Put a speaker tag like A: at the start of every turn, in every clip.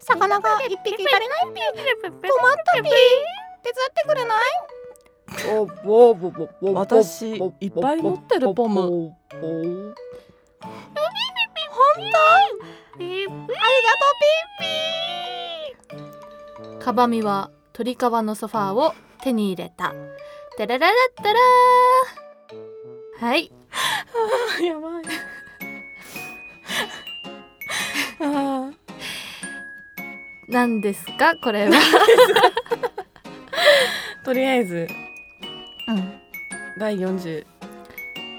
A: 魚が一匹足りないピ困ったピ手伝ってくれない
B: 私いっぱい持ってるポム
A: 本当ありがとうピッピー
C: カバミは鳥皮のソファーを手に入れたテレレレッテレーはい
B: やばいあー
C: 何ですかこれは
B: とりあえず
C: うん
B: 第40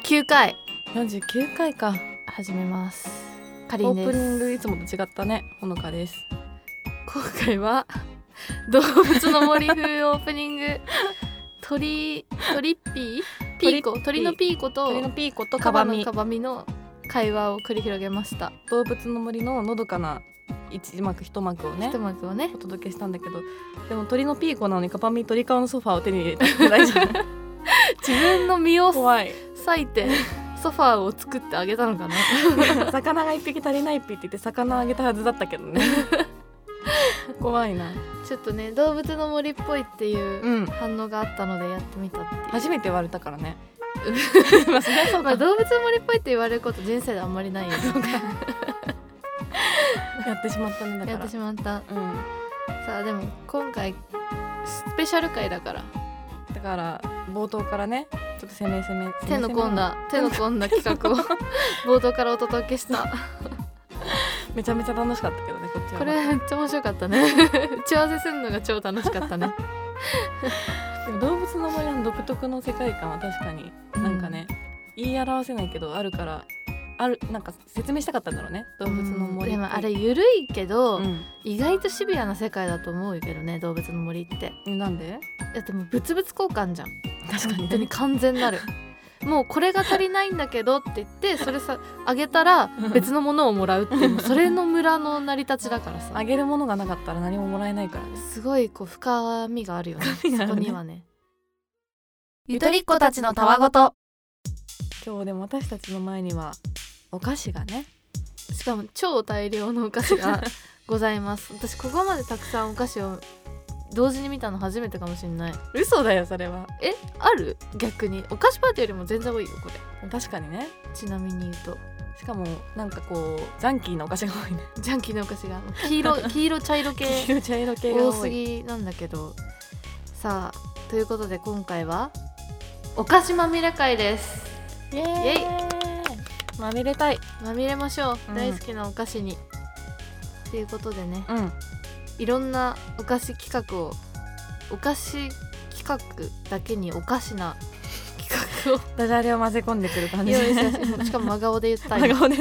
C: 9回
B: 49回か
C: 始めますかり
B: オ
C: んです
B: ープニングいつもと違ったねほのかです
C: 今回は動物の森風オープニング鳥鳥ピーピーコ
B: 鳥
C: 鳥
B: っ
C: の
B: ぴ
C: ピーコと
B: 鳥のピーコとカ
C: カ
B: バ
C: バの
B: ミ
C: カバミの会話を繰り広げました
B: 動物の森ののどかな一幕一幕をね
C: 一幕をね
B: お届けしたんだけどでも鳥のピーコなのにカバミ鳥皮のソファーを手に入れたくないじゃん
C: 自分の身を
B: 怖い
C: 裂いてソファーを作ってあげたのかな
B: 魚が一匹足りないピって言って魚あげたはずだったけ どね怖いな
C: ちょっとね動物の森っぽいっていう
B: うん
C: 反応があったのでやってみたっていう
B: 初めて言われたか らね
C: まあそりゃそうか動物の森っぽいって言われること人生であんまり ないよね
B: やってしまったんだから
C: やってしまった
B: う
C: さあでも今回スペシャル回だから
B: んだから冒頭からねちょっと攻め攻め
C: 手の込んだ手の込んだ企 画を冒頭からお届けした
B: 攻め攻めめちゃめちゃ楽しかったけどねこっちは
C: これめっちゃ面白か ったね打ち合わせするのが超楽しかったね
B: でも動物の森の独特の世界観は確かになんかね、言い表せないけどあるからあるなんか説明したかったんだろうね動物の森
C: でもあれ
B: う
C: 緩いけど、
B: ん、
C: 意外とシビアな世界だと思うけどね動物の森って
B: えなんで
C: だってもう物々交換じゃん
B: 確
C: 本当に完全 なるもうこれが足りないんだけどって言ってそれさあげたら
B: うん
C: 別のものをもらうって いうもうそれの村の成り立ちだからさ
B: あげるものがなかったら何ももらえないからです
C: すごいこう深みがあるよね
B: みがあるね
C: そこにはね
A: ゆとりっ子たちのたわごと
B: 今日でも私たちの前にはお菓子がね
C: しかも超大量のお菓子 がございます私ここまでたくさんお菓子を同時に見たの初めてかもしれない
B: 嘘だよそれは
C: えある逆にお菓子パーティーよりも全然多いよこれ
B: 確かにね
C: ちなみに言うと
B: しかもなんかこうジャンキーなお菓子が多いね
C: ジャンキーのお菓子が黄 色黄色茶色系
B: 黄色茶色系が
C: 多
B: 多
C: す
B: い
C: ぎなんだけどさあということで今回はお菓子まみれ会です
B: イエ
C: イエ
B: イまみれたい
C: まみれましょう、
B: うん
C: 大好きなお菓子にということでね
B: うん
C: いろんなお菓子企画をお菓子企画だけにおかし な企
B: ダジャレを混ぜ込んでくる
C: 画
B: 感
C: を
B: じ
C: 用意してしかも真顔で言った
B: 真
C: 今
B: 顔で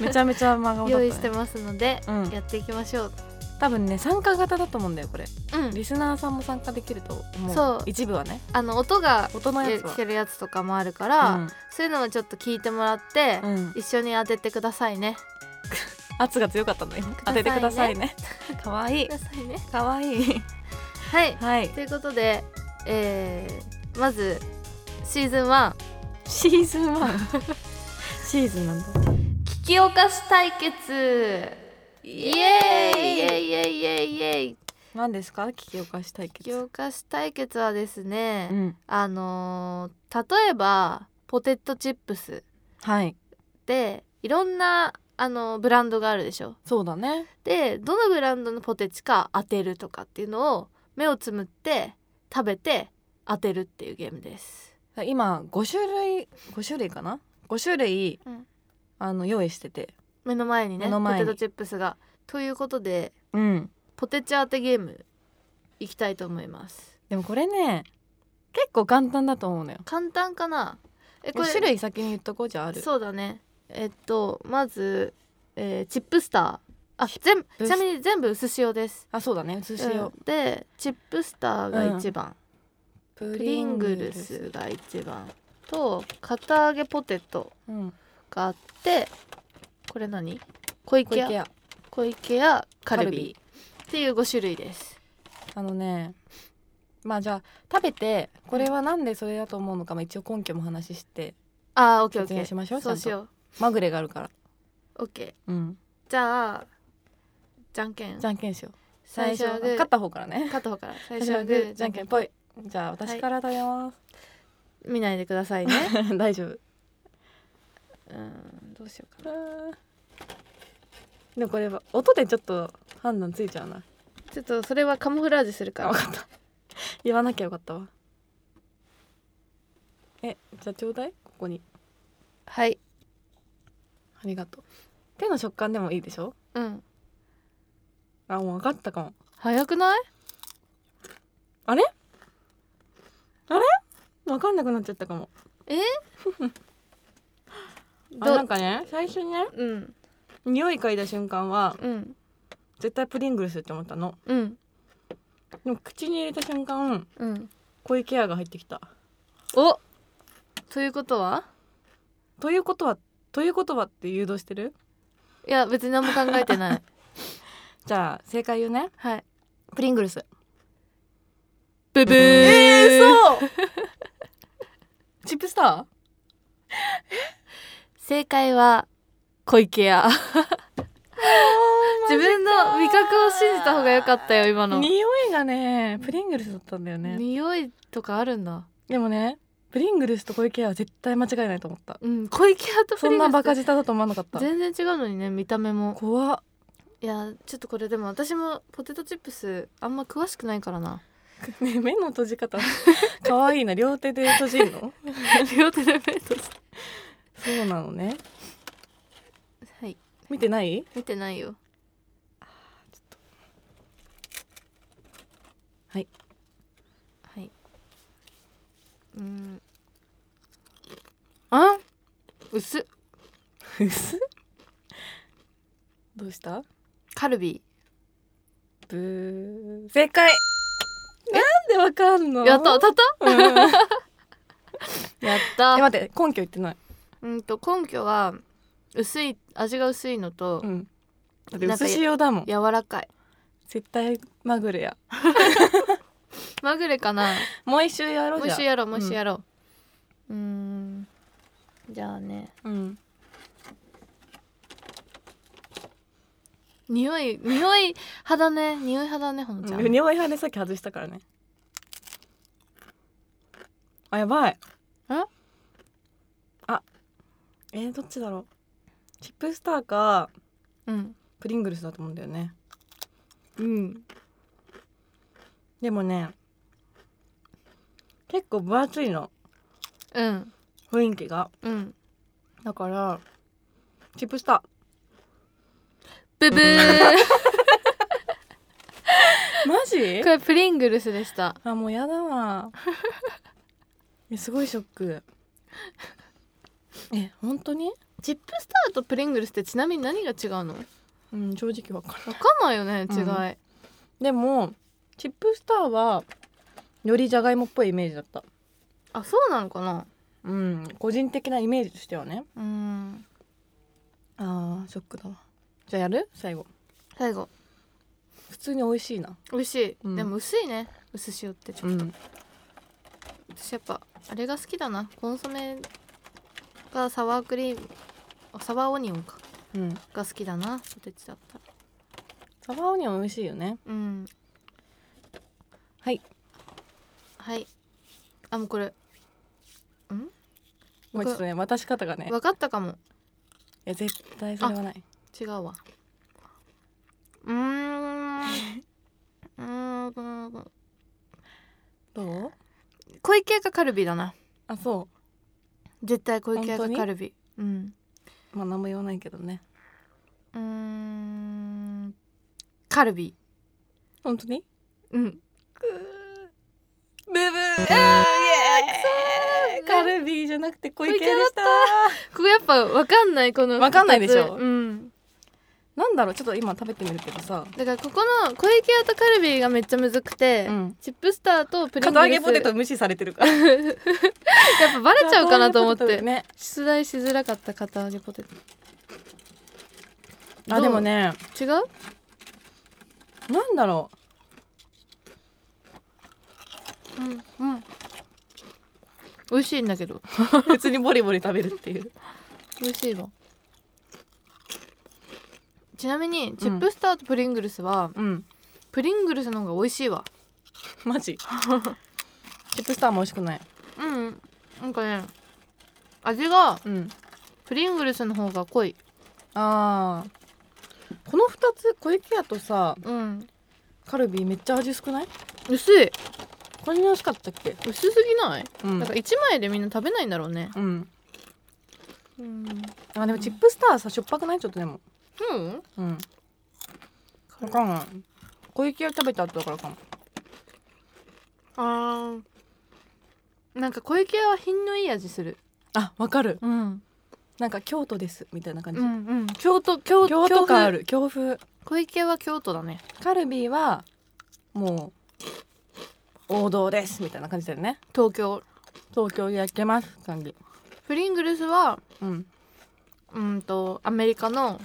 B: めちゃめちゃ真顔だった、
C: 用
B: ね、
C: 意してますので、
B: うん
C: やっていきましょう
B: 多分ね参加型だと思うんだよこれ
C: うん
B: リスナーさんも参加できると思う
C: そう
B: 一部はね
C: あの音が
B: 音のやつ
C: 聞けるやつとかもあるか
B: は
C: ら、そういうのもちょっと聞いてもらって、
B: うん、うん、
C: 一緒に当ててくださいね
B: 圧が強かったの今
C: だ
B: 当
C: さいね
B: ててくださ いねかわいい
C: くださいね
B: かわいい
C: はい
B: はい
C: ということで、えーまずシーズン1
B: シーズン1 シーズンなんだ
C: 聞きお菓子対決イエーイイエーイイエーイイエーイイエーイ
B: 何ですか聞きおかし対
C: 聞き
B: 決
C: お菓子対決はですね、
B: うん
C: あのー例えばポテトチップス
B: はい
C: でいろんなあのブランドがあるでしょ
B: そうだね
C: でどのブランドのポテチか当てるとかっていうのを目をつむって食べて当てるっていうゲームです
B: 今5種類5種類かな5種類、
C: うん
B: あの用意してて
C: 目の前にね
B: 目の前に
C: ポテトチップスがということで
B: うん
C: ポテチ当てゲームいきたいと思います
B: でもこれね結構簡単だと思うのよ
C: 簡単かなえ
B: これ種類先に言っとこうじゃあある
C: そうだねえっとまず、えーチップスターあ全部
B: プス
C: ちなみに全部薄塩です
B: あそうだね薄塩、
C: うんでチップスターが1番、
B: プ
C: プリングルスが1番と片揚げポテト
B: うん
C: があってこれ何小
B: 小
C: 池
B: 池
C: 屋
B: 屋
C: 小池屋カルビ
B: カルビ
C: っていう5種類です
B: あのねまあじゃあ食べてこれはなんでそれだと思うのか、まあ、一応根拠も話して
C: あーオッケーオッ
B: 説
C: ケ
B: 明
C: ー
B: しましょう
C: そうし
B: ちゃん
C: よ
B: とまぐれがあるから
C: オッケー
B: うん、
C: じゃあじゃんけん
B: じゃんけんしよう
C: 最初は
B: は
C: グー
B: 勝った方からね
C: 加藤から最初
B: 最初
C: は
B: は
C: グ
B: グ
C: ー
B: ーじゃんけんぽいじゃあ私から食べま
C: 見ないでくださ いね
B: す大丈夫
C: うんどうしようか
B: でもこれは音でちょっと判断ついちゃうな
C: なちょっとそれはカモフラージュするから
B: あ分かった 言わなきゃよかったわえじゃあちょうだいここに
C: はい
B: ありがとう手の食感でもいいでしょ
C: うん
B: あもう分かったかも
C: 早くない
B: 分かんなくなっちゃったかも
C: え
B: あ
C: ど
B: なんかね最初にね
C: うん
B: 匂い嗅いだ瞬間は
C: うん
B: 絶対プリングルスって思ったの
C: うん
B: でも口に入れた瞬間
C: うん
B: 濃いケアが入ってきた
C: おということは
B: ということはということはって誘導してる
C: いや別に何も考えてない
B: じゃあ正解言うね
C: はい
B: プリングルス
C: ブブー、え
B: そうチップスタ
C: 正解は小池屋
B: ー
C: 自分の味覚を信じた方が良かったよ今の、
B: 匂いがねプリングルスだったんだよね
C: 匂いとかあるんだ
B: でもねプリングルスと小池屋は絶対間違いないと思った
C: うん小池屋と
B: そ
C: プリ
B: ん
C: ング
B: な
C: ルス
B: バ
C: って
B: カ舌だと思わなかった
C: 全然違うのにね見た目も
B: 怖っ
C: いやちょっとこれでも私もポテトチップスあんま詳しくないからな
B: ね目の閉じ方 可愛いな両手で閉じるの
C: 両手で目閉じて
B: そうなのね
C: はい
B: 見てない
C: 見てないよ
B: はい
C: はいうーんあ薄っ
B: 薄っどうした
C: カルビ
B: ブー正解なんでわかんの
C: やった当たっ
B: うんえ
C: たや った
B: 待って根拠言ってない
C: うんと根拠は薄い味が薄いのと、
B: うんだって
C: なんか
B: 薄塩だもん
C: 柔らかい
B: 絶対まぐれや
C: まぐれかな
B: もう一周やろ
C: も
B: うじゃ
C: し
B: ん
C: やろうもしやろううーんじゃあね
B: うん
C: 匂い匂い派だね匂い派だねほのちゃん、
B: うん匂い派でさっき外したからねあやばい
C: え
B: あえー、どっちだろうチップスターか
C: うん
B: プリングルスだと思うんだよね
C: うん
B: でもね結構分厚いの
C: うん
B: 雰囲気が
C: うん
B: だからチップスタ
C: ブブー
B: ーマジ
C: これプリングルスでした
B: あもうやだわえすごいショックえ本当に
C: チップスターとプリングルスってちなみに何が違うの
B: うん正直わかる
C: わかんないよね違い、
B: うんでもチップスターはよりじゃがいもっぽいイメージだった
C: あそうなのかな
B: うん個人的なイメージとしてはね
C: うーん
B: あーショックだわじゃあやる最後
C: 最後
B: 普通に美味しいな
C: 美味しい、
B: うん
C: でも薄いね薄塩ってちょっと、
B: ん
C: 私やっぱあれが好きだなコンソメがサワークリームあサワーオニオンか
B: うん
C: が好きだなポテチだったら
B: サバーオニオン美味しいよね
C: うん
B: はい
C: はいあもうこれ
B: もうちょっとね渡し方がねい
C: 分かったかも
B: や絶対それはない
C: 違うわうーんうーん
B: どう
C: 小池屋かカルビだな
B: あそ
C: 絶対小池屋
B: 本
C: か
B: 当に
C: カルビうん
B: うまあ何も言わないけどね
C: うーんカルビ
B: 本当に
C: うん
B: ブブーカルビーじゃなくて小池でした
C: ここやっぱ分かんないこの
B: わかんないでしょ
C: 二つうん
B: なんだろうちょっと今食べてみるけどさ
C: だからここの小池屋とカルビがめっちゃむずくて、
B: うん
C: チップスターとプリン
B: 片
C: グ
B: 揚
C: ル
B: げ
C: ス
B: ポテト無視されてるからバ
C: やっぱバレちゃうかなと思 って、
B: ね
C: 出題しづらかった片揚げポテトど
B: あ
C: う
B: でもね
C: 違う
B: なんだろ
C: うんうん美味しいんだけど
B: う普通にボリボリ食べるっていう
C: 美味しいわちなみにチップスターとプリングルスは、
B: うん
C: プリングルスの方が美味しいわ
B: マジチップスターも美味しくない
C: うんなんかね味が
B: うん
C: プリングルスの方が濃い
B: あーこの2つ小池屋とさ
C: うん
B: カルビーめっちゃ味少ない
C: 薄い
B: こんなに美味しかったっけ
C: 薄すぎない、
B: うん
C: なんか1枚でみんな食べないんだろうね
B: うん
C: うん
B: あでもチップスターさしょっぱくないちょっとでも
C: うん
B: うん分かんない小池屋食べた後だからかも
C: あーなんか小池屋は品のいい味する
B: あわかる
C: うん
B: なんか京都ですみたいな感じ、
C: うんうん京都京
B: 京都感あ
C: る
B: る京風
C: 小池屋は京都だね
B: カルビーはもう王道ですみたいな感じだよね
C: 東京
B: 東京で焼けます感じ
C: プリングルスは
B: うん
C: うんとアメリカの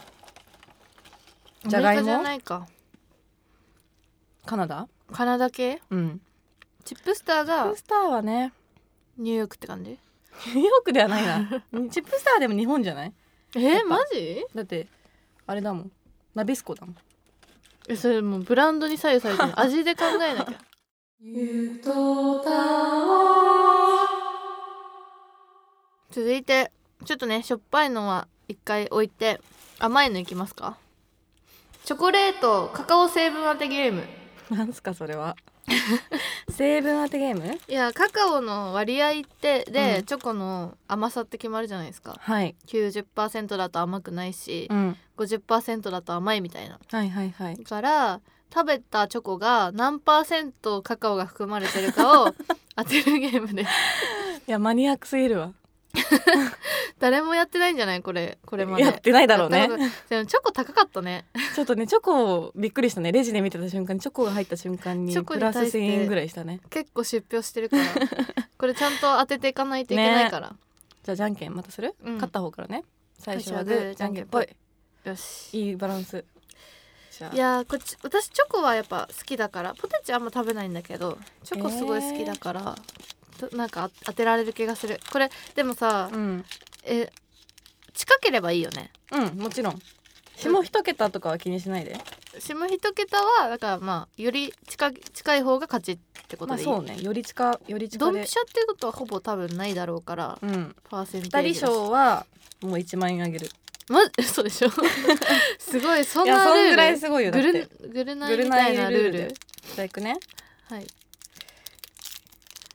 B: じゃが
C: アメリカ
B: いも
C: じゃないか
B: カナダ
C: カナダ系
B: うん
C: チップスター
B: チッ
C: が
B: プスターはね
C: ニューヨークって感じ
B: ニューヨークではない なチップスターでも日本じゃない
C: え
B: やっ
C: ー、
B: ぱ
C: マジ
B: だってあれだもんナビスコだもん
C: えそれもうブランドに左右されて る味で考えなきゃ続いてちょっとねしょっぱいのは一回置いて甘いのいきますかチョコレートカカオ成分当てゲーム
B: なんすかそれ は成分当てゲーム
C: いやカカオの割合ってで、
B: うん
C: チョコの甘さって決まるじゃないですか
B: はい、
C: 90%だと甘くないし、
B: ん、
C: 50%だと甘いみたいな
B: はいはいはい
C: だから食べたチョコが何パーセントカカオが含まれてるか を当てるゲームで
B: いやマニアックすぎるわ
C: 誰もやってないんじゃないこれこれまで
B: やってないだろう
C: やっ
B: ね
C: たことでもチョコ高かったね
B: ちょっとねチョコびっくりしたねレジで見てた瞬間にチョコが入った瞬間に
C: チョコ
B: プ
C: に
B: ラ
C: 対
B: ス
C: して
B: 1000円ぐらいしたね
C: 結構出票してるからこれちゃんと当てていかないといけないから、
B: じゃあじゃんけんまたする、
C: うん
B: 勝った方からね最初はグ
C: 最初はグ
B: ー
C: ー
B: じゃんけんぽい
C: よし
B: いいバランスじゃあ
C: いやーこっち私チョコはやっぱ好きだからポテチあんま食べないんだけどチョコすごい好きだから、となんかあ当てられる気がするこれでもさ、
B: うん
C: え近ければいいよね
B: うんもちろん下一桁とかは気にしないで
C: 下一桁はだからまあより近近い方が勝ちってこ
B: ま
C: と
B: あ
C: でいい、
B: そうねより近より
C: ド
B: 近
C: ンピ
B: で
C: シャっていうことはほぼ多分ないだろうから
B: うん
C: パーセンテー
B: 二
C: ジ
B: 人賞はもう1万円あげる
C: まじ嘘でし ょすごいそん
B: いや
C: な
B: そ
C: ルール
B: んぐらいすごいよだ
C: ぐ
B: って
C: るぐるないみたいなルール
B: ぐるないルールでじゃあいくね
C: はい、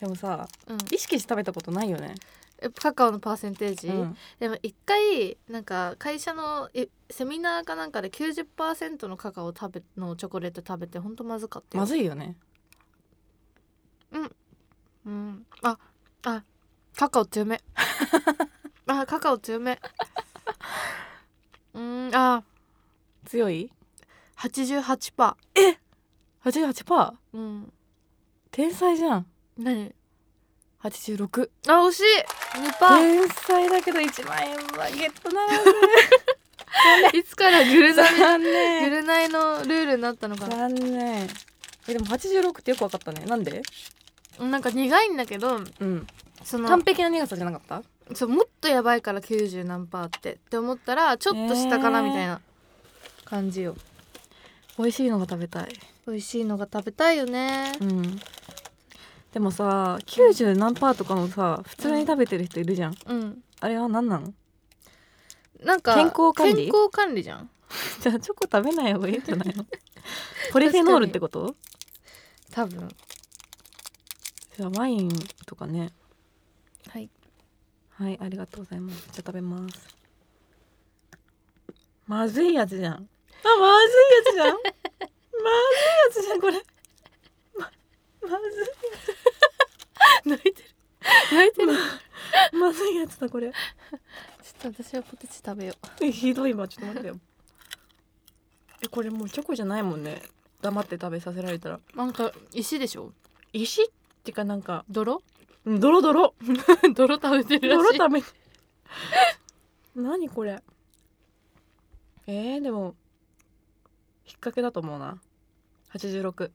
B: でもさ
C: うん、
B: 意識して食べたことないよね、
C: えカカオのパーセンテージ、
B: うん、
C: でも一回なんか会社のえセミナーかなんかで90%のカカオ食べのチョコレート食べてほんとまずかったよ
B: まずいよね
C: うん、ああカカオ強め あカカオ強めうーんあ
B: 強い
C: 88パ
B: 88%
C: ーうん
B: 天才じゃん
C: 何
B: 86
C: あ惜しい2パー
B: 天才だけど1万円はゲットなら
C: いつからグルナイ
B: 残
C: グ
B: 念
C: ルナイのルールになったのか
B: 残念えでも86ってよくわかったねなんで
C: ななんか苦いんだけど
B: うん
C: その
B: 完璧な苦さじゃなかっ
C: そうもっとやばいから90何パーってって思ったらちょっと下かな
B: えー
C: みたいな感じよ、
B: た美味しいのが食べたい
C: 美味しいのが食べたいよね
B: うんでもさ90何パーとかのさ普通に食べてる人いるじゃん
C: うん
B: あれは何なの
C: なんか
B: 健康管理
C: 健康管理じゃん
B: じゃあチョコ食べない方がいいんじゃ ないのポリフェノールってこと
C: 多分
B: じゃあワインとかね
C: はい
B: はいありがとうございますじゃあ食べますまずいやつじゃんあまずいやつじゃんまずいやつじゃんこれままず
C: 泣いてる泣いてる
B: いまずいやつだこれ
C: ちょっと私はポテチ食べよう
B: えひどいわちょっと待ってよえこれもうチョコじゃないもんね黙って食べさせられたら
C: なんか石でしょ
B: 石ってかなんか
C: 泥
B: うんドロドロ
C: 泥食べてるらしい
B: 泥食べて何これえー、でも引っ掛けだと思うな86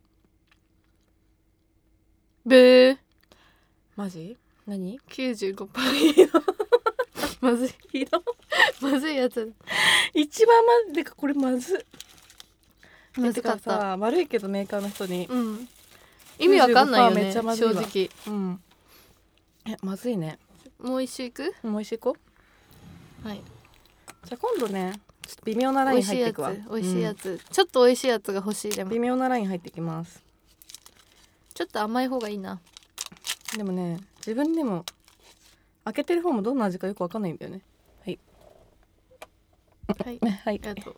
C: ブー
B: マジ何
C: 95%
B: ひどまずいひど
C: まずいやつ
B: 一番までかこれまずい
C: 難しか
B: て
C: っ
B: か
C: た
B: さ悪いけどメーカーの人に
C: うん意味わかんないよ
B: 95%め
C: ね
B: っちゃ
C: 正
B: まずいわ
C: 直
B: うんえまずいね
C: もう一周いく
B: もう一周行こ
C: はい、
B: うじゃあ今度ねちょっと微妙なラ
C: 美
B: イン
C: 味し
B: 入
C: い
B: って
C: や
B: いくわ
C: つ美味しいや
B: つ、
C: つ、ちょっと美味しいやつが欲しいで
B: うん
C: も
B: 微妙なライン入ってきます
C: ちょっと甘い方がいいな
B: でもね自分でも開けてる方もどんな味かよくわかんないんだよね
C: はい
B: ねはい
C: ありがとう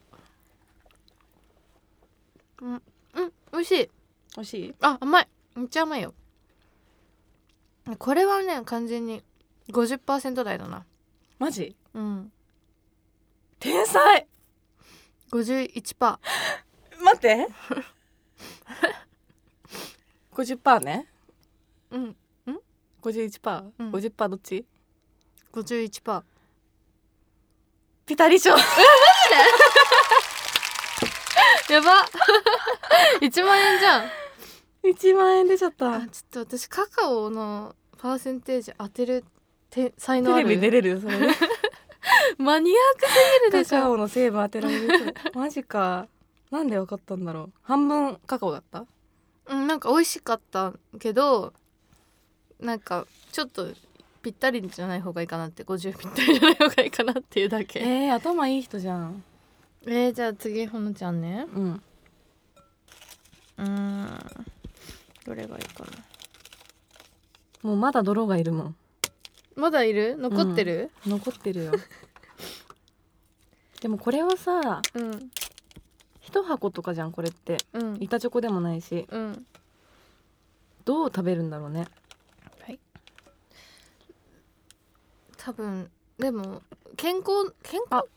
C: うんうん美味しい
B: 美味しい
C: あ甘いめっちゃ甘いよこれはね完全に50%台だな
B: マジ
C: うん
B: 天才
C: 51%
B: 待って 50%ね
C: うん
B: 51%、
C: うん
B: 50%どっち
C: 51%
B: ピタリ賞
C: やば 1万円じゃん
B: 1万円出ちゃっ
C: あ
B: た
C: ちょっと私カカオのパーセンテージ当てるて才能あ
B: テ
C: る
B: レビ出れるよそれ ね
C: マニアックすぎるでし
B: カカ
C: ょ
B: オの成分当てられる マジかなんでわかったんだろう半分カカオだった
C: うんなんか美味しかったけどなんかちょっとぴったりじゃない方がいいかなって50ぴったりじゃない方がいいかなっていうだけえ
B: えー、頭いい人じゃん
C: ーじゃあ次ほのちゃんね
B: うん
C: うーんどれがいいかな
B: もうまだ泥がいるもん
C: まだいる残ってる
B: 残ってるよ でもこれはさ
C: うん
B: 一箱とかじゃんこれって
C: うん
B: 板チョコでもないし
C: うん
B: どう食べるんだろうね
C: 多分でも健康健
B: あ
C: 康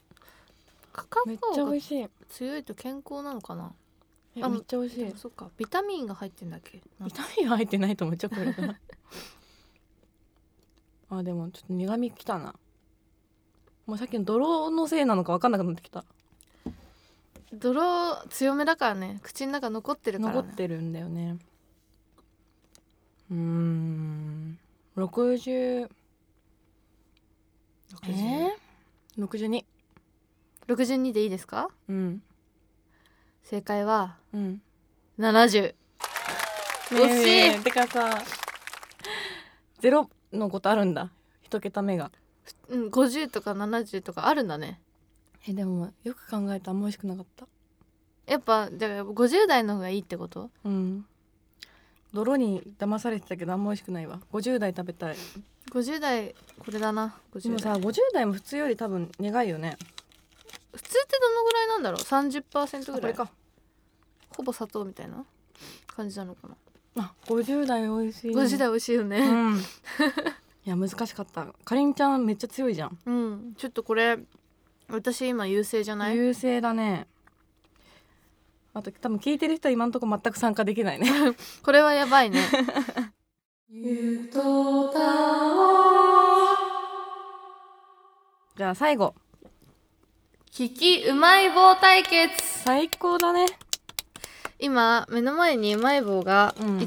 C: カカ
B: めっちゃ
C: オ
B: 美
C: が
B: 味しい
C: 強いと健康なのかな
B: え
C: あ
B: めっちゃ美味し
C: で
B: い
C: もそっかビタミンが入ってんだっけなんか
B: 痛みが入ってないと思うチョコレート があでもちょっと苦味きたなもうさっきの泥のせいなのか分かんなくなってきた
C: 泥強めだからね口の中残ってるから、ね、
B: 残ってるんだよねうーん60え
C: え
B: ー、62
C: ー、62でいいですか
B: うん
C: 正解は
B: うん
C: 70惜しい
B: いてかさゼロのことあるんだ一桁目が
C: うん50とか70とかあるんだね
B: えでもよく考えたらあんま美味しくなかった
C: やっぱだから50代の方がいいってこと
B: うん泥に騙されてたけどあんま美味しくないわ50代食べたい
C: 50代これだな
B: で
C: 50
B: も
C: 代
B: さ50代も普通より多分苦いよね
C: 普通ってどのぐらいなんだろう30%ぐ
B: あこ
C: ら
B: れ
C: い
B: か
C: ほぼ砂糖みたいな感じなのかな、
B: あ50代美味しい
C: 50代美味しいよ
B: う
C: ね
B: んいや難しかったかりんちゃんめっちゃ強いじゃん
C: うん、ちょっとこれ私今優勢じゃない
B: 優勢だねあと多分聞いてる人は今のところ全く参加できないね
C: これはやばい ね
B: じゃあ最後
C: 聞きうまい棒対決
B: 最高だね
C: 今目の前にうまい棒が
B: うん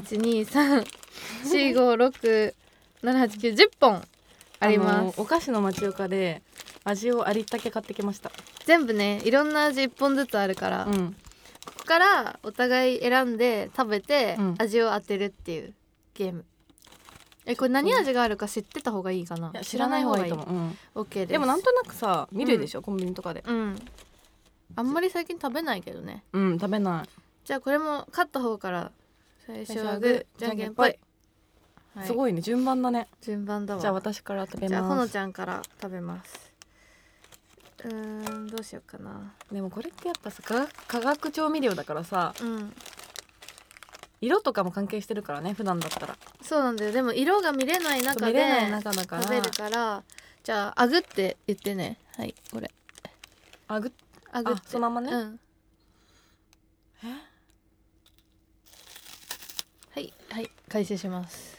C: 12345678910本あり
B: あ
C: ま
B: の
C: す
B: お菓子の町岡で味をありったけ買ってきました
C: 全部ねいろんな味1本ずつあるから、
B: う
C: こ
B: ん
C: こからお互い選んで食べて
B: うん
C: 味を当てるっていうゲームえこれ何味があるか知ってた方がいいかない
B: や知らない方がいいと思う、
C: オッケー
B: うん
C: です
B: でもなんとなくさ見るでしょ、コンビニとかで
C: うんあんまり最近食べないけどね
B: うん食べない
C: じゃあこれも勝った方から最初は
B: 最初はグ
C: グ
B: ー
C: ーじゃんけんぽい、は
B: す
C: い
B: ごいね順番だね
C: 順番だわ
B: じゃあ私から食べ
C: じゃあほ
B: ま
C: の
B: す
C: ちゃんから食べますうーんどうしようかな
B: でもこれってやっぱさ化学化学調味料だからさ
C: うん
B: 色とかも関係してるからね普段だったら
C: そうなんだよでも色が見れない中
B: 見
C: で
B: れない中だから
C: 食べるからじゃああぐって言ってねはいこれ
B: あぐ
C: あぐって
B: あそのままね
C: うん
B: え
C: はいはい開始します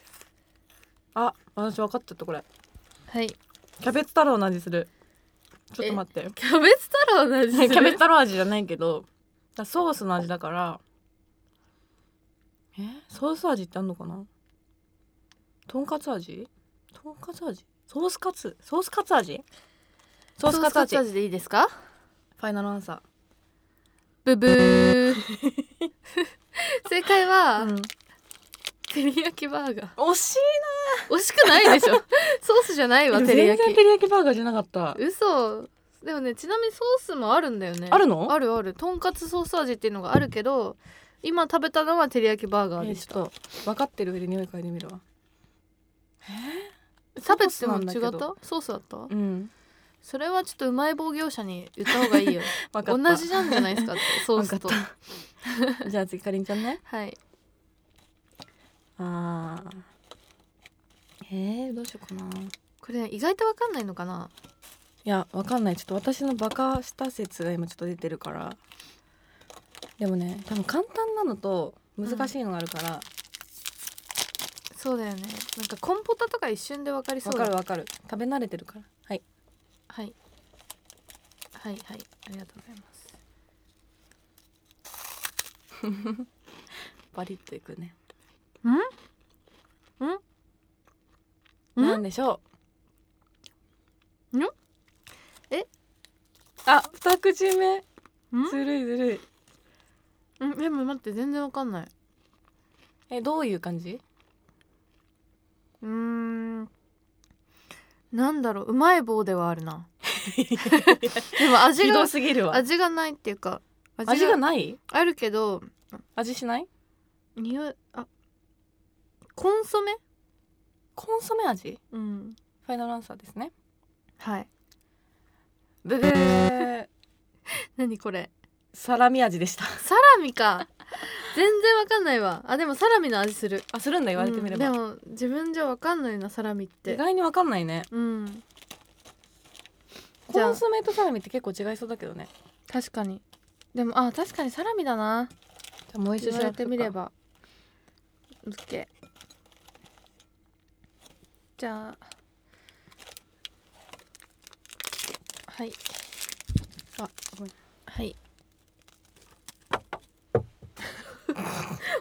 B: あ私分かっちゃったこれ
C: はい
B: キャベツ太郎の味するちょっと待って
C: キャベツ太郎の味
B: キ
C: する
B: ャベツ太郎味じゃないけどだソースの味だからえソース味ってあんのかなとんかつ味とんかつ味ソースカツソースカツ味ソースカツ味
C: でいいですか
B: ファイナルアンサ
C: ブブー 正解は、
B: ー、
C: 照り焼きバーガー
B: 惜しい
C: 惜しくないで しょソースじゃないわ
B: 全
C: 照り
B: 然
C: 焼
B: 照
C: き
B: り焼きバーガーじゃなかった
C: 嘘でもねちなみにソースもあるんだよね
B: あるの
C: あるあるとんかつソース味っていうのがあるけど今食べたのは照り焼きバーガー
B: え
C: で
B: ー
C: し
B: ち
C: た、
B: ょっと分かってる上で匂い嗅いでみるわ
C: 食べても
B: ソースな
C: 違
B: んだけ
C: った
B: ど
C: ソースだった、
B: うん
C: それはちょっとうまい棒業者に言った方がいい よ
B: 分か
C: 同
B: った
C: じなんじゃないですかってソースと
B: わじゃあ次かりんちゃんね
C: はい
B: あーえー、どうしようかな
C: これ意外とわかんないのかない
B: やわかんないちょっと私のバカした説が今ちょっと出てるからでもね多分簡単なのと難しいのがあるから、
C: そうだよねなんかコンポタとか一瞬でわかりそう
B: わ
C: だ
B: かるわかる食べ慣れてるからはい
C: はいはいはいありがとうございます
B: バリッといくね
C: ん
B: なんでしょうん
C: え
B: あ二口目
C: ん
B: ずるいずるい
C: うんでも待って全然わかんない
B: えどういう感じ
C: うーんなんだろううまい棒ではある なでも味
B: ひ
C: が
B: どすぎるわ味
C: 味がないっていうか味
B: が
C: が
B: ない
C: あるけど
B: 味しない
C: 匂いあコンソメ
B: コンソメ味
C: うん
B: ファイナルアンサーですね
C: はい
B: ブブー
C: 何これ
B: サラミ味でした
C: サラミか全然わかんないわあでもサラミの味する
B: あするんだ言われてみれば、
C: うんでも自分じゃわかんないなサラミっ
B: 意
C: て
B: 外にわかんないね
C: うんじゃあ
B: コンソメとサラミって結構違いそうだけどね
C: 確かにでもあ確かにサラミだな
B: じゃあもう
C: 言われてみれば OK じゃあはい
B: あごめん
C: はい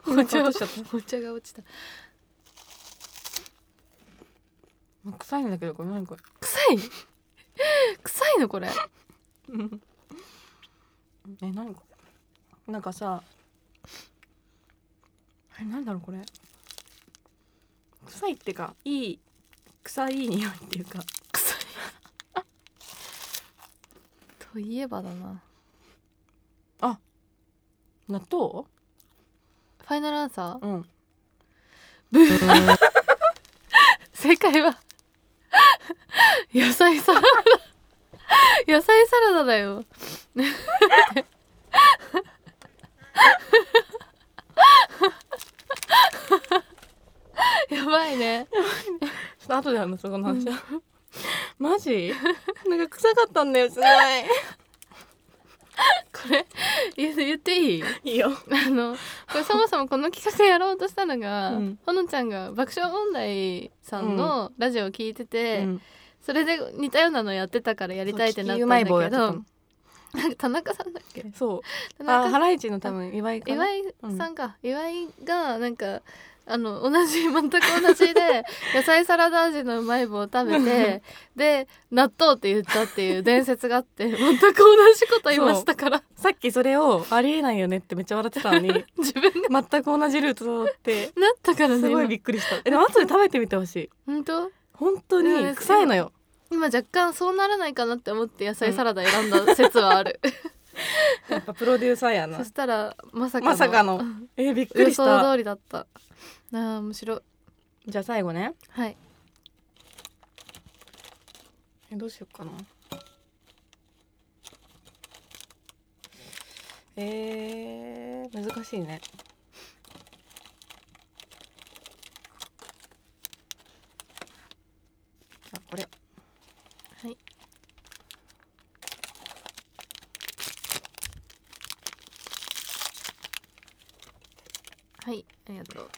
B: 包丁落としちゃっ
C: お茶が落ちた
B: た臭いんだけどこれ何これ
C: 臭い臭いのこれ
B: え何これなんかさあれなんだろうこれ臭いってかいい臭い匂いっていうか
C: 臭い といえばだな
B: 納豆
C: ファイナルアンサー
B: うん
C: 正解は 野菜サラダ 野菜サラダだよ やばいね
B: ちょっと後で話そうこの話は、 マジなんか臭かったんだよすごい
C: これ言言っていい
B: いいよ
C: あのこれそもそもこの企画やろうとしたのが、
B: うん
C: ほのちゃんが爆笑問題さんのラジオを聞いてて、
B: うん
C: それで似たようなのやってたからやりたいってなったんだけ
B: そう利きうまい棒やって
C: ど
B: たの
C: なんか田中さんだっけ
B: そ
C: 田
B: うあ
C: 中
B: ハライチの多分岩井かな
C: 岩井さんか、岩井がなんかあの同じ全く同じで野菜サラダ味のうまい棒を食べ てで納豆って言ったっていう伝説があって全く同じこと言いました から
B: さっきそれをありえないよねってめっちゃ笑ってたの に
C: 自分が
B: 全く同じルートだって
C: なったからね
B: すごいびっくりしたえでも後で食べてみてほしい
C: 今本当
B: 本当に臭いのよ
C: 今若干そうならないかなって思って野菜サラダ選んだ説はある、
B: やっぱプロデューサーやな
C: そしたらまさかの
B: まさかのえびっく
C: 予
B: りし
C: 想
B: た
C: 通りだったあー面白い
B: じゃあ最後ね
C: はい
B: えどうしようかなえー、難しいねあこれ
C: はいはいありがとう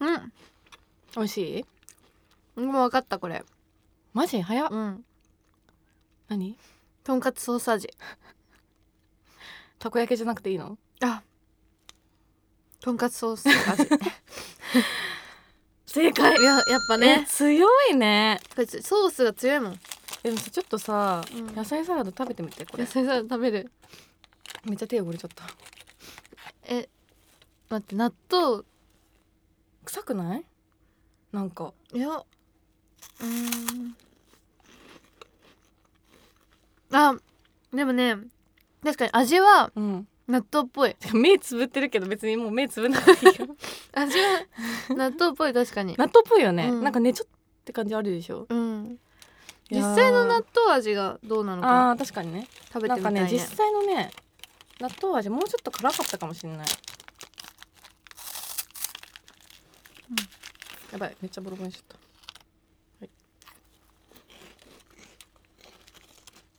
C: うん
B: 美味しい
C: もう分かったこれ
B: マジ早っ
C: うん
B: 何
C: とんかつソース味
B: たこ焼きじゃなくていいの
C: あとんかつソース味
B: 正解
C: いややっぱ
B: え
C: ね
B: 強いね
C: これソースが強いもん
B: でもさちょっとさ、
C: うん
B: 野菜サラダ食べてみてこ
C: 野
B: れ
C: 菜サラダ食べる
B: めっちゃ手汚れちゃった
C: え待って納豆
B: 臭くないなんか
C: いやうーんあでもね確かに味は
B: うん
C: 納豆っぽい
B: 目つぶってるけど別にもう目つぶん なくていいよ
C: 味は納豆っぽい確かに
B: 納豆っぽいよね、
C: うん
B: なんかねちょって感じあるでしょ
C: うん
B: いや
C: 実
B: ー
C: 際の納豆味がどうなのかな
B: あー確かにね
C: 食べて
B: なん
C: み
B: か
C: たい
B: ね
C: ね
B: 実際のね納豆味もうちょっと辛かったかもしれない、
C: うん
B: やばいめっちゃボロボロにしちゃった、はい、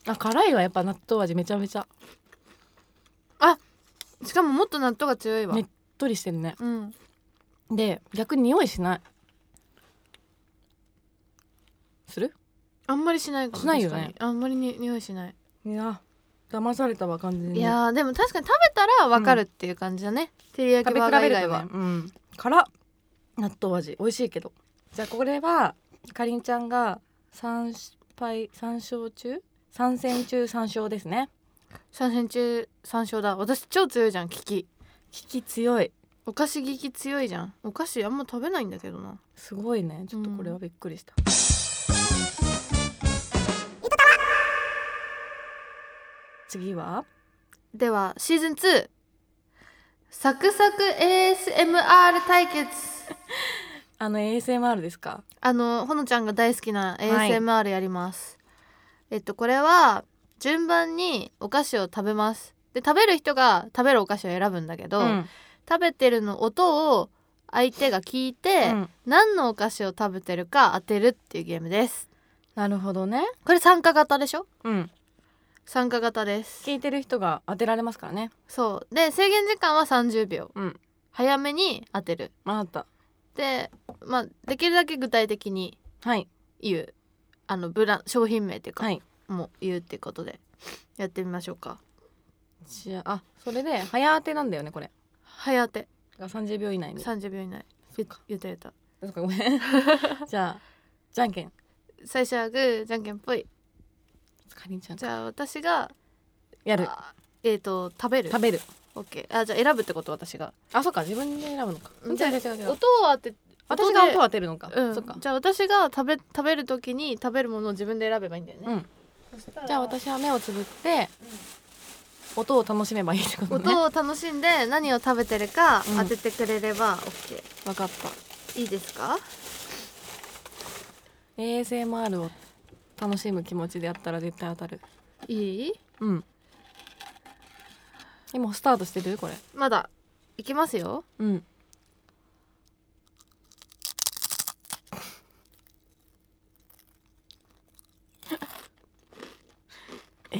B: あ辛いわやっぱ納豆味めちゃめちゃ
C: しかももっと納豆が強いわ、
B: ねっとりしてるね
C: うん
B: で逆に匂いしないする
C: あんまりしないかも
B: しないよね
C: 確かにあんまりに匂いしない、
B: いや騙されたわ完全に
C: いやーでも確かに食べたらわかるっていう感じだね、照り焼
B: 食
C: き
B: べ
C: バー
B: 比
C: ガー
B: べ
C: 以
B: る
C: 外
B: と
C: は、
B: ね、うん、辛っ納豆味美味しいけどじゃあこれはかりんちゃんが三敗三勝中三戦中三勝ですね
C: 3戦中3勝だ私超強いじゃん利き
B: 危機強い
C: お菓子利き強いじゃんお菓子あんま食べないんだけどな
B: すごいねちょっとこれはびっくりした、次は
C: ではシーズン2サクサク ASMR 対決
B: あの ASMR ですか
C: あのほのちゃんが大好きな
B: はい
C: ASMR やります、えっとこれは順番にお菓子を食べますで食べる人が食べるお菓子を選ぶんだけど、
B: ん
C: 食べてるの音を相手が聞いて、
B: うん
C: 何のお菓子を食べてるか当てるっていうゲームです
B: なるほどね
C: これ参加型でしょ
B: うん
C: 参加型です
B: 聞いてる人が当てられますからね
C: そうで制限時間は30秒、
B: うん
C: 早めに当てる
B: あった
C: で、まあ、できるだけ具体的に
B: はい
C: 言うあのブラン商品名っていうか、
B: はい
C: もう言うっていうことでやってみましょうか
B: じゃああそれで早当てなんだよねこれ
C: 早当て
B: が30秒以内に
C: 30秒以内
B: そっか
C: 言った言った
B: そっ かごめん じゃあじゃんけん
C: 最初はグーじゃんけんぽい
B: かりんちゃん
C: じゃあ私が
B: やる
C: あえっ、と食べる
B: 食べる
C: オッケーあじゃあ選ぶってこと私が
B: あそっか自分で選ぶのか
C: うん
B: 違う違う違
C: 音
B: う
C: を当て
B: 私が音
C: で
B: を当てるのか、
C: うん
B: そっか
C: じゃあ私が食べ食べる時に食べるものを自分で選べばいいんだよね、
B: うん
C: そしたら
B: じゃあ私は目をつぶって、音を楽しめばいいってことね
C: 音を楽しんで何を食べてるか
B: うん
C: 当ててくれれば OK、
B: 分かった
C: いいですか
B: ASMR を楽しむ気持ちでやったら絶対当たる
C: いい
B: うん今スタートしてるこれ
C: まだいきますよ
B: うんえ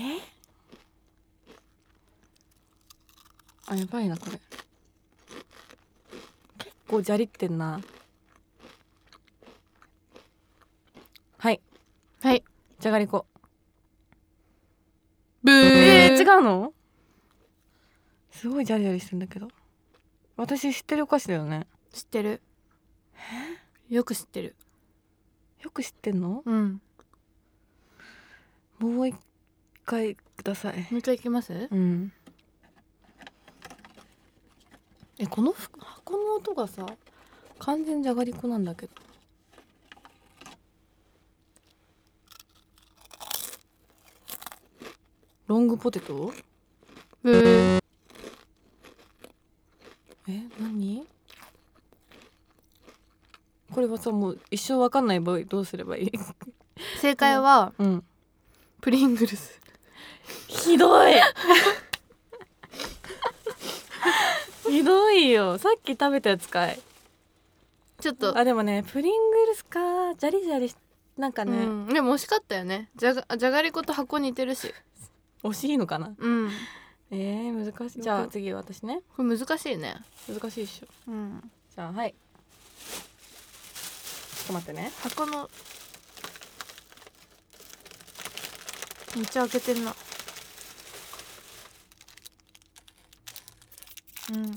B: あやばいなこれ結構じゃりってんなはい
C: はい
B: じゃがりこ
C: ブ
B: え
C: ー
B: ー、違うのすごいジャリジャリしてんだけど私知ってるお菓子だよね
C: 知ってるよく知ってる
B: よく知ってんの
C: うん
B: もう一回ください
C: もう一回いきます
B: うんえこのふ箱の音がさ完全じゃがりこなんだけどロングポテト
C: ブー
B: え何これはさもう一生わかんない場合どうすればいい
C: 正解は
B: うん
C: プリングルス
B: ひど いひどいよさっき食べたやつかい
C: ちょっと
B: あでもねプリングルスかジャリジャリしなんかね、
C: うん、でも惜しかったよねじゃがじゃがりこと箱似てるし
B: 惜しいのかな
C: うん
B: えー、難しいじゃあ次私ね
C: これ難しいね
B: 難しいっしょ
C: うん
B: じゃあはいちょっと待ってね
C: 箱のめっちゃ開けてんなうん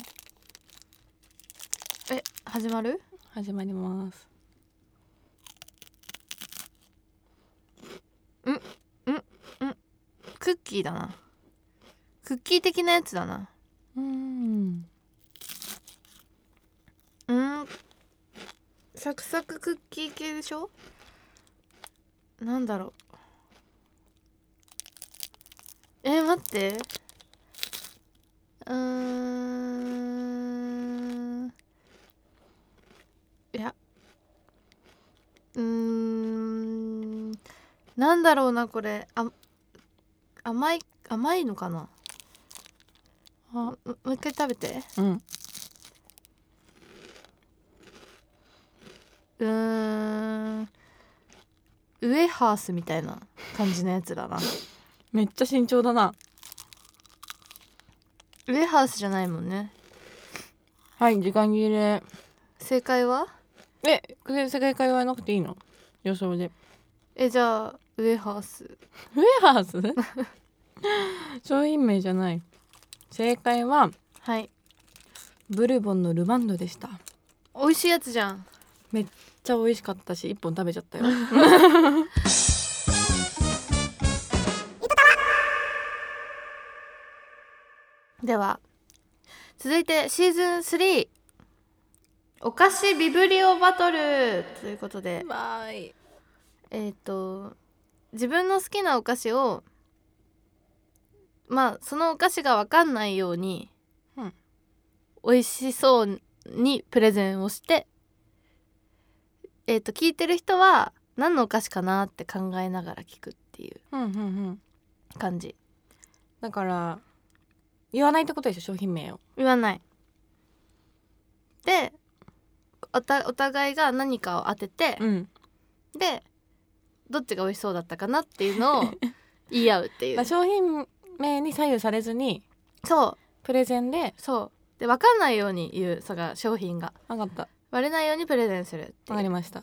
C: え始まる
B: 始まります
C: クッキーだなクッキー的なやつだな
B: うん
C: うーんサクサククッキー系でしょなんだろうえー、待ってうーんいやうーんなんだろうなこれあ甘い甘いのかな
B: あ
C: ももう一回食べて
B: うん
C: うーんウエハースみたいな感じのやつ だな
B: めっちゃ慎重だな
C: ウエハースじゃないもんね
B: はい時間切れ
C: 正解は
B: えこれ世界会はなくていいの予想 で
C: えじゃあウエハース
B: ウェハース商品名じゃない正解は
C: はい
B: ブルボンのルマンドでしためっ
C: 美味しいやつじゃん
B: ちゃ美味しかったし一本食べちゃったよ
C: では続いてシーズン3お菓子ビブリオバトルということで
B: バイ
C: えっ、と自分の好きなお菓子をまあそのお菓子が分かんないように、
B: うん
C: 美味しそうにプレゼンをしてえっ、と聞いてる人は何のお菓子かなって考えながら聞くっていう
B: うんうんうん
C: 感じ
B: だから言わないってことでしょ商品名を
C: 言わないでおたお互いが何かを当てて、
B: うん
C: でどっちが美味しそうだったかなっていうのを言い合うって いう
B: 商品名に左右されずに
C: そう
B: プレゼンで
C: そうで分かんないように言うそが商品が
B: 分かった
C: 割れないようにプレゼンするって
B: 分か
C: い
B: り
C: う
B: ました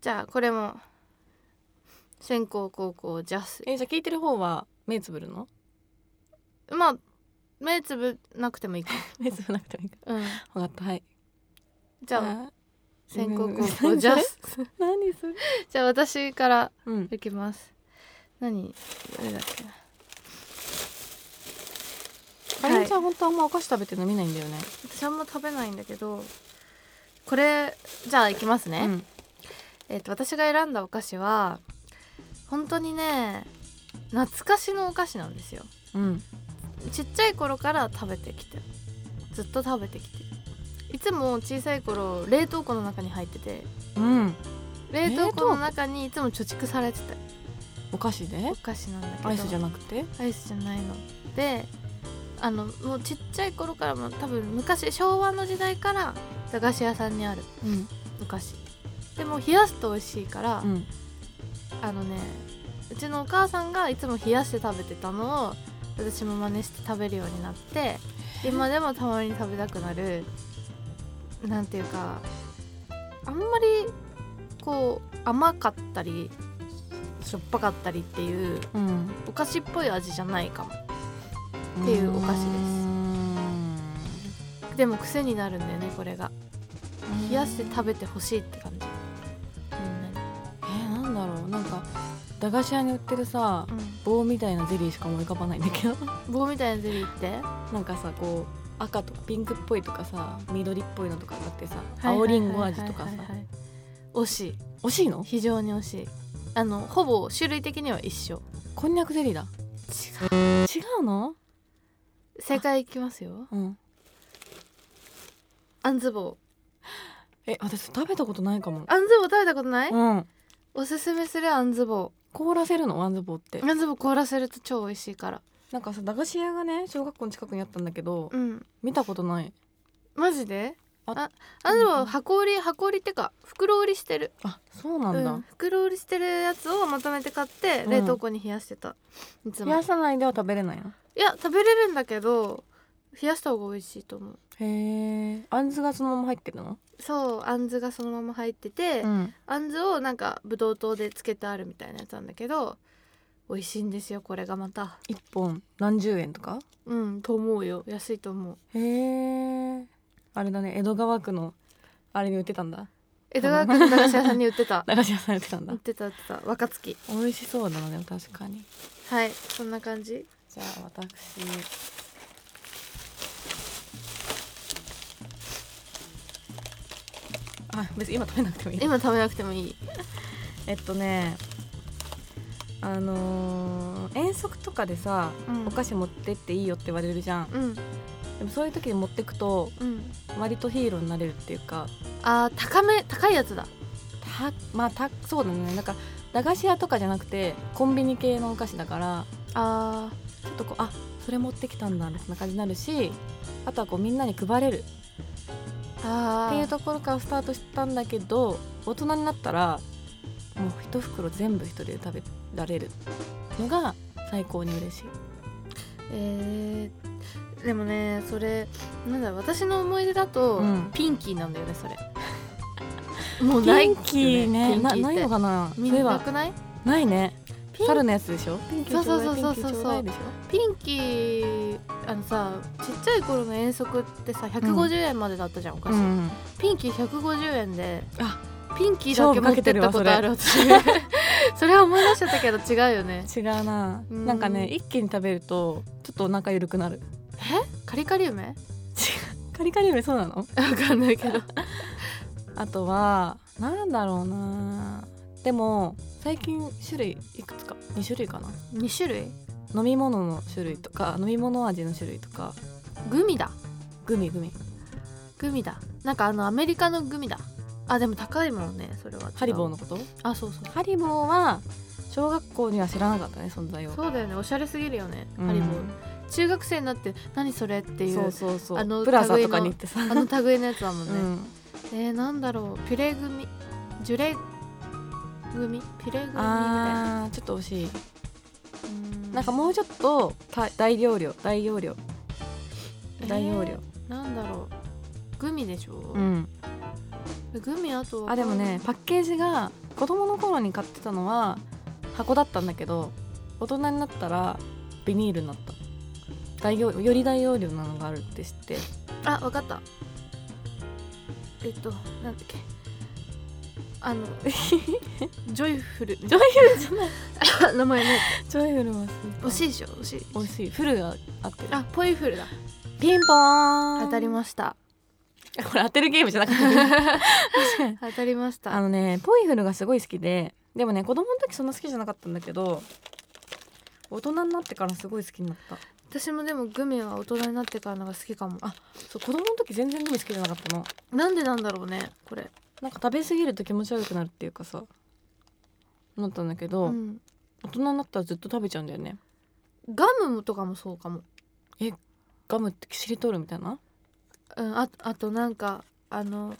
C: じゃあこれも先行後攻ジャス
B: えじゃあ聞いてる方は目つぶるの
C: まあ目つぶなくてもいいか、
B: 目つぶなくてもいいか
C: うん、
B: 分かったはい
C: じゃあ
B: あ
C: 先行後
B: う
C: 攻
B: ん
C: ジャス
B: 何それ
C: じゃあ私から
B: うん
C: いきます何あれだっけな
B: あゆみちゃん本当あんまお菓子食べて飲みないんだよね
C: 私あんま食べないんだけどこれじゃあいきますね、
B: うん
C: えっと私が選んだお菓子は本当にね懐かしのお菓子なんですよ
B: うん
C: ちっちゃい頃から食べてきてるずっと食べてきてるいつも小さい頃冷凍庫の中に入ってて
B: うん
C: 冷凍
B: 冷凍
C: 庫
B: 庫
C: の中にいつも貯蓄されてた
B: お菓子で
C: お菓子なんだけど
B: アイスじゃ
C: ゃ
B: なくて
C: アイスじゃないのであのもうちっちゃい頃からも多分昔昭和の時代から駄菓子屋さんにある
B: うん
C: お菓子でも冷やすと美味しいから、
B: うん
C: あのねうちのお母さんがいつも冷やして食べてたのを私も真似して食べるようになって今でもたまに食べたくなるなんていうかあんまりこう甘かったりしょっぱかったりっていう
B: うん
C: お菓子っぽい味じゃないかもっていうお菓子ですでも癖になるんだよねこれが
B: うん
C: 冷やして食べてほしいって感じみんなに
B: えー、なんだろうなんか駄菓子屋に売ってるさ
C: うん
B: 棒みたいなゼリーしか思い浮かばないんだけ ど
C: 棒みたいなゼリーって
B: なんかさこう赤とピンクっぽいとかさ緑っぽいのとかあってさ
C: は
B: 青
C: いは
B: り
C: いはい
B: ん
C: はい
B: ご
C: はい
B: 味とかさ
C: 惜しい
B: 惜しいの
C: 非常に惜しいあのほぼ種類的には一緒
B: こんにゃくゼリーだ
C: 違う
B: 違うの
C: 正解いきますよ
B: うん
C: あんず棒
B: え私食べたことないかも
C: あんず棒食べたことない、
B: うん
C: おすすめするあんず棒
B: 凍らせるのワンズボって
C: あんず棒凍らせると超美味しいから
B: なんかさ駄菓子屋がね小学校の近くにあったんだけど
C: うん
B: 見たことない
C: マジで
B: あ
C: ああんず
B: うんうん
C: 棒箱売り箱売りってか袋売りしてる
B: あそうなん
C: う
B: だ、
C: ん、袋売りしてるやつをまとめて買って
B: うん
C: 冷凍庫に冷やしてた、いつ
B: 冷
C: も
B: やさないでは食べれないの
C: いや食べれるんだけど冷やした方が美味しいと思う
B: へえあんずがそのまま入ってるの
C: そうあんずがそのまま入ってて、
B: ん
C: あんずをなんかブドウ糖でつけてあるみたいなやつなんだけど美味しいんですよこれがまた
B: 一本何十円とか
C: うんと思うよ安いと思う
B: へえあれだね江戸川区のあれに売ってたんだ
C: 江戸川区の駄菓子屋さんに売って た
B: 駄菓子屋さんに売ってたんだ
C: 売ってた売ってた若月
B: 美味しそうだね確かに
C: はいそんな感じ
B: じゃあ私あ別に今食べなくてもいい
C: 今食べなくてもいい
B: えっとねあのー遠足とかでさ、
C: うん
B: お菓子持ってっていいよって言われるじゃん
C: うん
B: でもそういう時に持ってくと
C: うん
B: 割とヒーローになれるっていうか
C: あー高め高いやつだ
B: たまあたそうだねなんか駄菓子屋とかじゃなくてコンビニ系のお菓子だから
C: あ
B: ちょっとこうあそれ持ってきたんだみたいな感じになるしあとはこうみんなに配れる
C: ーあっ
B: っ
C: てて
B: い
C: いう
B: うところからスタートしたんだけど大人になったらもう一袋全部一人で食べられるのが最高に嬉しい
C: えー、でもねそれなんだろう私の思い出だと、
B: うん
C: ピンキーなんだよねそ れもうないっすよピンキー
B: な
C: って
B: ないのかなそ
C: み
B: れ
C: んなな
B: は
C: くない
B: ないね
C: ピン
B: 猿のやつでしょピンキーちょうだい
C: そうそうそうそう
B: ピンキーちょだいでしょ
C: ピンキーあのさちっちゃい頃の遠足ってさ150円までだったじゃん、お菓子、
B: うん
C: ピンキー150円で
B: あ
C: ピンキーだけ持ってったことある私 それは思い出しちゃったけど違うよね
B: 違うな
C: うん
B: なんかね一気に食べるとちょっとお腹緩くなる
C: えカリカリ梅
B: カリカリ梅そうなの
C: わかんないけど
B: あとはなんだろうなでも最近種類いくつか2種類かな
C: 2種類
B: 飲み物の種類とか飲み物味の種類とか
C: グミだ
B: グミグミ
C: グミだなんかあのアメリカのグミだあでも高いもんねそれは違う
B: ハリボーのこと
C: あそうそう
B: ハリボーは小学校には知らなかったね存在を
C: そうだよねおしゃれすぎるよね、
B: うん
C: ハリボー中学生になって何それっていう
B: そうそうそう
C: あの
B: プラザとかに行ってさ、
C: あの類のやつだもんね、
B: うん、
C: えー、なんだろうピュレ組ジュレ組ピュレ組みたいな
B: あーちょっと惜しい
C: うん
B: なんかもうちょっとた大容量大容量大容量、
C: えーなんだろうグミでしょ、
B: うん
C: グミあと
B: あでもねパッケージが子供の頃に買ってたのは箱だったんだけど大人になったらビニールになった大容より大容量なのがあるって知って
C: あわかったえっとなんだっけあ のジョイフルジョイフルじゃない名前ね
B: ジョイフルは
C: 惜し
B: い
C: いでしょ惜しい
B: 惜しいフルが合ってる
C: あポイフルだ
B: ピンポーン
C: 当た りました
B: これ当てるゲームじゃなかった
C: 当たりまし
B: あ
C: た
B: のねポイフルがすごい好きででもね子供の時そんな好きじゃなかったんだけど大人になってからすごい好きになった
C: 私もでもグミは大人になってからのが好きかもあ
B: そう子供の時全然でも好きじゃなかったの
C: なんでなんだろうねこれ
B: なんか食べ過ぎると気持ち悪くなるっていうかさなったんだけど、
C: うん
B: 大人になったらずっと食べちゃうんだよね
C: ガムとかもそうかも、
B: ガムってしりとるみたいな
C: うん、ああとなんかあの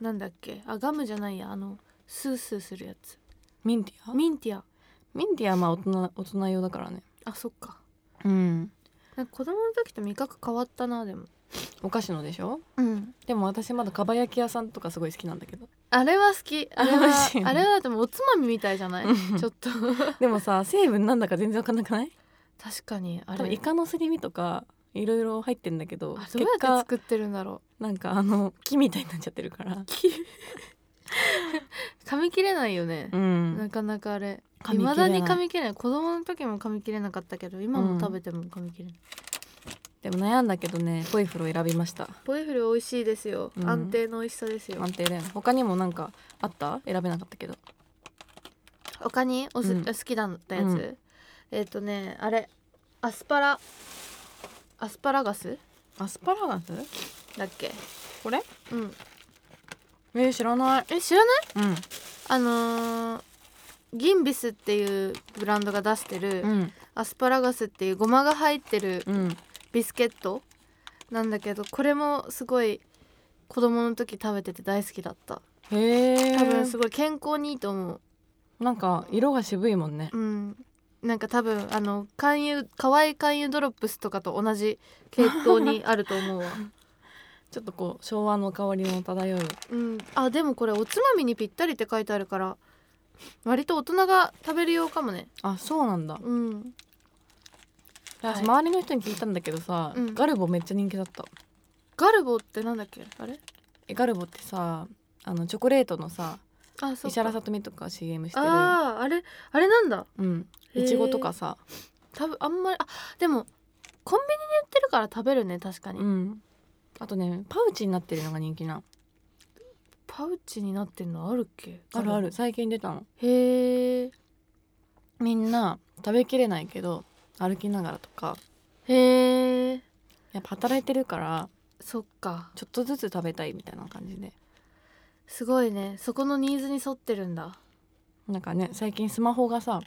C: なんだっけあガムじゃないやあのスースーするやつ
B: ミンティアミ
C: ミンティア
B: ンティアはまあ大人大人用だからね
C: あそっか
B: うん
C: なんか子供の時と味覚変わったなでも
B: お菓子のでしょ
C: うん
B: でも私まだかば焼き屋さんとかすごい好きなんだけど
C: あれは好きあれ
B: 美味しいよ
C: は
B: ね
C: あれはでもおつまみみたいじゃない
B: うん
C: ちょっと
B: で もさ成分なんだか全然わかんなくない
C: 確かにあ
B: 多分
C: れ
B: イカのすり身とかいろいろ入ってんだけど
C: あどう
B: 結
C: やって
B: 果
C: 作ってるんだろ
B: なんかあの木みたいになっちゃってるから
C: う噛み切れないよね
B: う、
C: なんかなかあれ
B: 噛み
C: いま
B: 切れない
C: だに噛み切れない子供の時も噛み切れなかったけど今も食べても噛み切れない、
B: でも悩んだけどねポイフルを選びました
C: ポイフル美味しいですよ、
B: うん
C: 安定の美味しさですよ
B: 安定だよね他にもなんかあった選べなかったけど
C: 他におす、
B: うん
C: 好きだったやつ、
B: うん
C: えっ、とねあれアスパラアスパラガス
B: アスパラガス
C: だっけ
B: これ
C: うん
B: えー知らない
C: え知らない
B: うん
C: あのーギンビスっていうブランドが出してる、
B: うん
C: アスパラガスっていうごまが入ってる
B: うん
C: ビスケットなんだけどこれもすごい子供の時食べてて大好きだった
B: へえ
C: 多分すごい健康にいいと思う
B: なんか色が渋いもんね
C: うんなんか多分あの勧誘可愛い勧誘ドロップスとかと同じ系統にあると思うわ
B: ちょっとこう昭和の香りも漂 う
C: うんあでもこれおつまみにぴったりって書いてあるから割と大人が食べる用かもね
B: あそうなんだ
C: うんはい
B: 私周りの人に聞いたんだけどさ、
C: うん
B: ガルボめっちゃ人気だった
C: ガルボってなんだっけあれ
B: えガルボってさあのチョコレートのさ
C: あそう
B: 石原さとみとか CM してる
C: あああれあれなんだ
B: うん
C: へー
B: いちごとかさ
C: 多分あんまりあでもコンビニで売ってるから食べるね確かに、
B: うんあとねパウチになってるのが人気な
C: パウチになってんのあるっけ
B: あるある最近出たの
C: へえ
B: みんな食べきれないけど歩きながらとか
C: へえ
B: やっぱ働いてるから
C: そっか
B: ちょっとずつ食べたいみたいな感じです
C: ごいねそこのニーズに沿ってるんだ
B: なんかね最近スマホがさ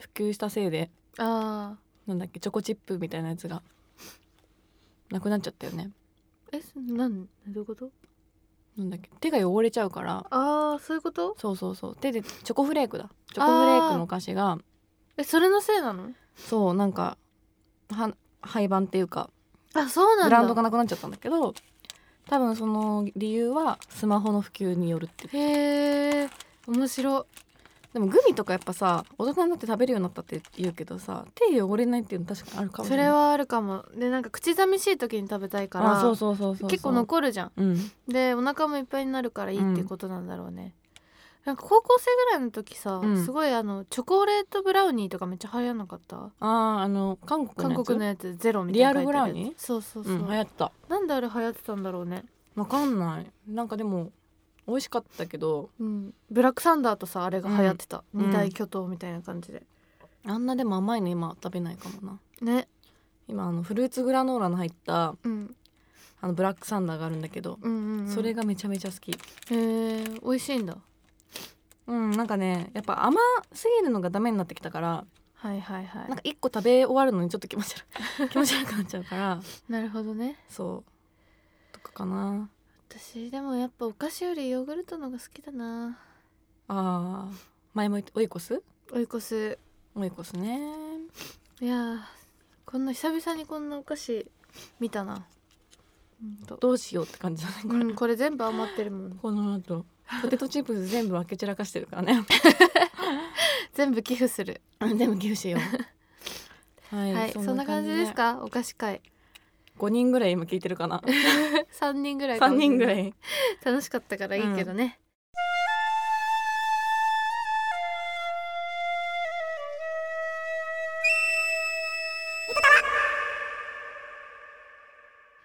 B: 普及したせいで
C: あ
B: なんだっけチョコチップみたいなやつがなくなっちゃったよね
C: ーえなんどういうこと
B: なんだっけ手が汚れちゃうから
C: ああそういうこと
B: そうそうそう手でチョコフレークだチョコフレークのお菓子が
C: えそれのせいなの
B: そうなんかは廃盤っていうか
C: あそうなんだ
B: ブランドがなくなっちゃったんだけど多分その理由はスマホの普及によるって
C: へえ面白
B: でもグミとかやっぱさ大人になって食べるようになったって言うけどさ手汚れないっていうの確かにあるかも
C: そ
B: ね
C: れはあるかもでなんか口寂しい時に食べたいから
B: あそうそうそうそう
C: 結構残るじゃん
B: うん
C: でお腹もいっぱいになるからいいってことなんだろうね、なんか高校生ぐらいの時さ、
B: うん
C: すごいあのチョコレートブラウニーとかめっちゃ流行んなかった
B: あーあの韓国のや
C: 韓
B: つ
C: 国のやつゼロみたいな
B: リアルブラウニー
C: 書いてるやつそうそうそう、
B: うん流行った
C: なんであれ流行ってたんだろうね
B: わかんないなんかでも美味しかったけど
C: うんブラックサンダーとさあれが流行ってた、
B: うん
C: 二大巨頭みたいな感じで
B: あんなでも甘いの今食べないかもな
C: ね
B: 今あのフルーツグラノーラの入った
C: うん
B: あのブラックサンダーがあるんだけど、
C: うんうん、うん、
B: それ
C: が
B: がめちゃめちゃ好き
C: へえ美味しいんだ
B: うんなんかねやっぱ甘すぎるのがダメになってきたから
C: はいはいはい
B: なんか一個食べ終わるのにちょっと気持ち 悪い気持ち悪くなっちゃうから
C: なるほどね
B: そうとかかな
C: 私でもやっぱお菓子よりヨーグルトのが好きだな
B: あー前も言ってオイコス
C: オイコス
B: オイコスね
C: いやーこんな久々にこんなお菓子見たなうんと
B: どうしようって感じだねこ
C: う
B: れ、
C: んこれ全部余ってるもん
B: この後ポテトチップス全部開け散らかしてるからね
C: 全部寄付する
B: 全部牛しようはい
C: はいそんな感じですかお菓子会
B: 5人ぐらい今聞いてるかな
C: 3人ぐらいか
B: 3
C: もしれない
B: 人ぐらい
C: 楽しかったからいいけどね、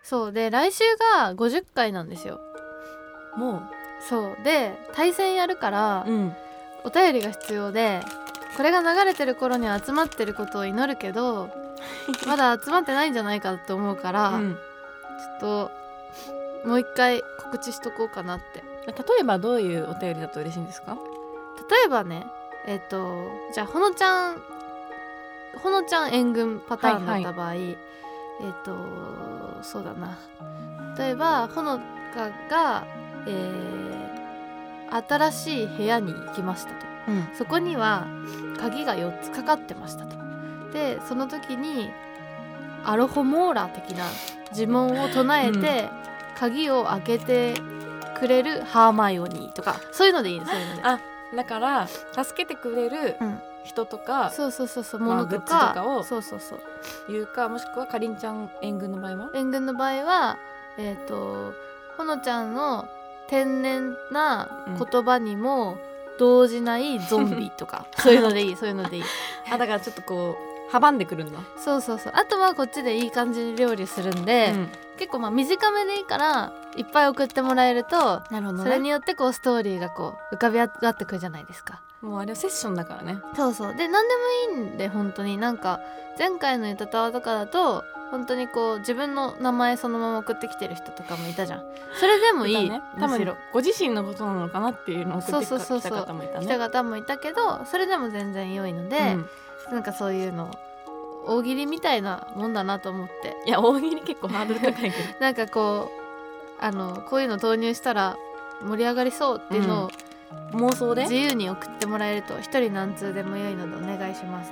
C: そうで来週が50回なんですよ
B: も
C: そうで対戦やるから
B: ううん
C: お便りが必要でこれが流れてる頃には集まってることを祈るけ どまだ集まってないんじゃないかと思うから、
B: うん
C: ちょっともう一回告知しとこうかなって
B: 例えばどういうお便りだと嬉しいんですか
C: 例えばねえっ、とじゃあほのちゃんほのちゃん援軍パターンだった場合、えっ、とそうだな例えばほのかが、えー新しい部屋に行きましたと
B: うん
C: そこには鍵が4つかかってましたとでその時にアロホモーラ的な呪文を唱えて、
B: うん
C: 鍵を開けてくれるハーマイオニーとかそういうのでいいねそういうので
B: あだから助けてくれる
C: うん
B: 人とか
C: そうそうそうそう、
B: まあ
C: 物と
B: グッズ
C: か
B: とかを
C: そうそうそう
B: いうかもしくはかりんちゃん援軍の場合は
C: 援軍の場合はえっ、とほのちゃんの天然な言葉にも動じないゾンビとか、 そういうのでいいそういうのでいい
B: あだからちょっとこう阻んでくるんだ、
C: そうそうそうあとはこっちでいい感じに料理するんで、
B: うん
C: 結構まあ短めでいいからいっぱい送ってもらえると
B: なるほどね
C: それによってこうストーリーがこう浮かび上がってくるじゃないですか
B: もうあれはセッションだからね
C: そうそうで何でもいいんで本当になんか前回の「ゆたたわ」とかだと本当にこう自分の名前そのまま送ってきてる人とかもいたじゃんそれでもいい、
B: ね、多
C: むし
B: 分
C: ろ
B: ご自身のことなのかなっていうのを送ってき
C: そう
B: た
C: そうそう
B: 来
C: そう
B: た方もいた
C: 来た
B: ね
C: 方もいたけどそれでも全然良いので、
B: うん
C: なんかそういうの大喜利みたいなもんだなと思って
B: いや大喜利結構ハードル高いけど
C: なんかこうあのこういうの投入したら盛り上がりそうっていうのを
B: 妄想で
C: 自由に送ってもらえると一人何通でも良いのでお願いします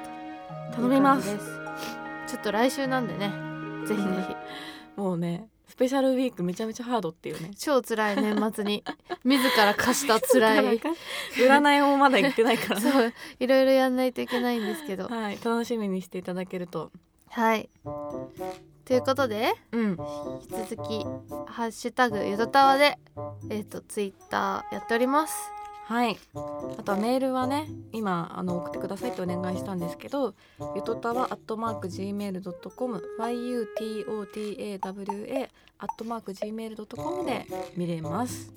C: と
B: 頼みます
C: いう感じですちょっと来週なんでねぜひぜひ
B: もうねスペシャルウィークめちゃめちゃハードっていうね
C: 超辛い年末 に自ら課した辛い
B: 占いもまだ行ってないからね
C: そういろいろやんないといけないんですけど
B: はい楽しみにしていただけると
C: はいということで
B: うん
C: 引き続き「ハッシュタグゆとたわで」えっ、とツイッターやっております
B: はいあとはメールはね今あの送ってくださいってお願いしたんですけどゆとたわ gmail.com yutotawa gmail.com で見れます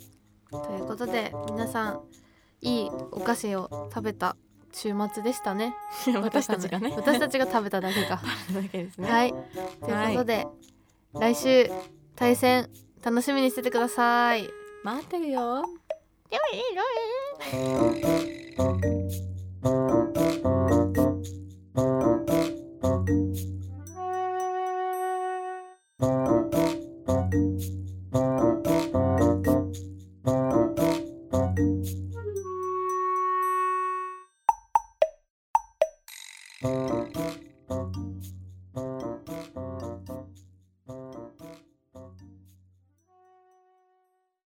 C: ということで皆さんいいお菓子を食べた週末でしたね
B: 私たちがね
C: 私たちが食べただけ か
B: だけですね
C: はいということで、来週対戦楽しみにしててください
B: 待ってるよ
A: ではいいよ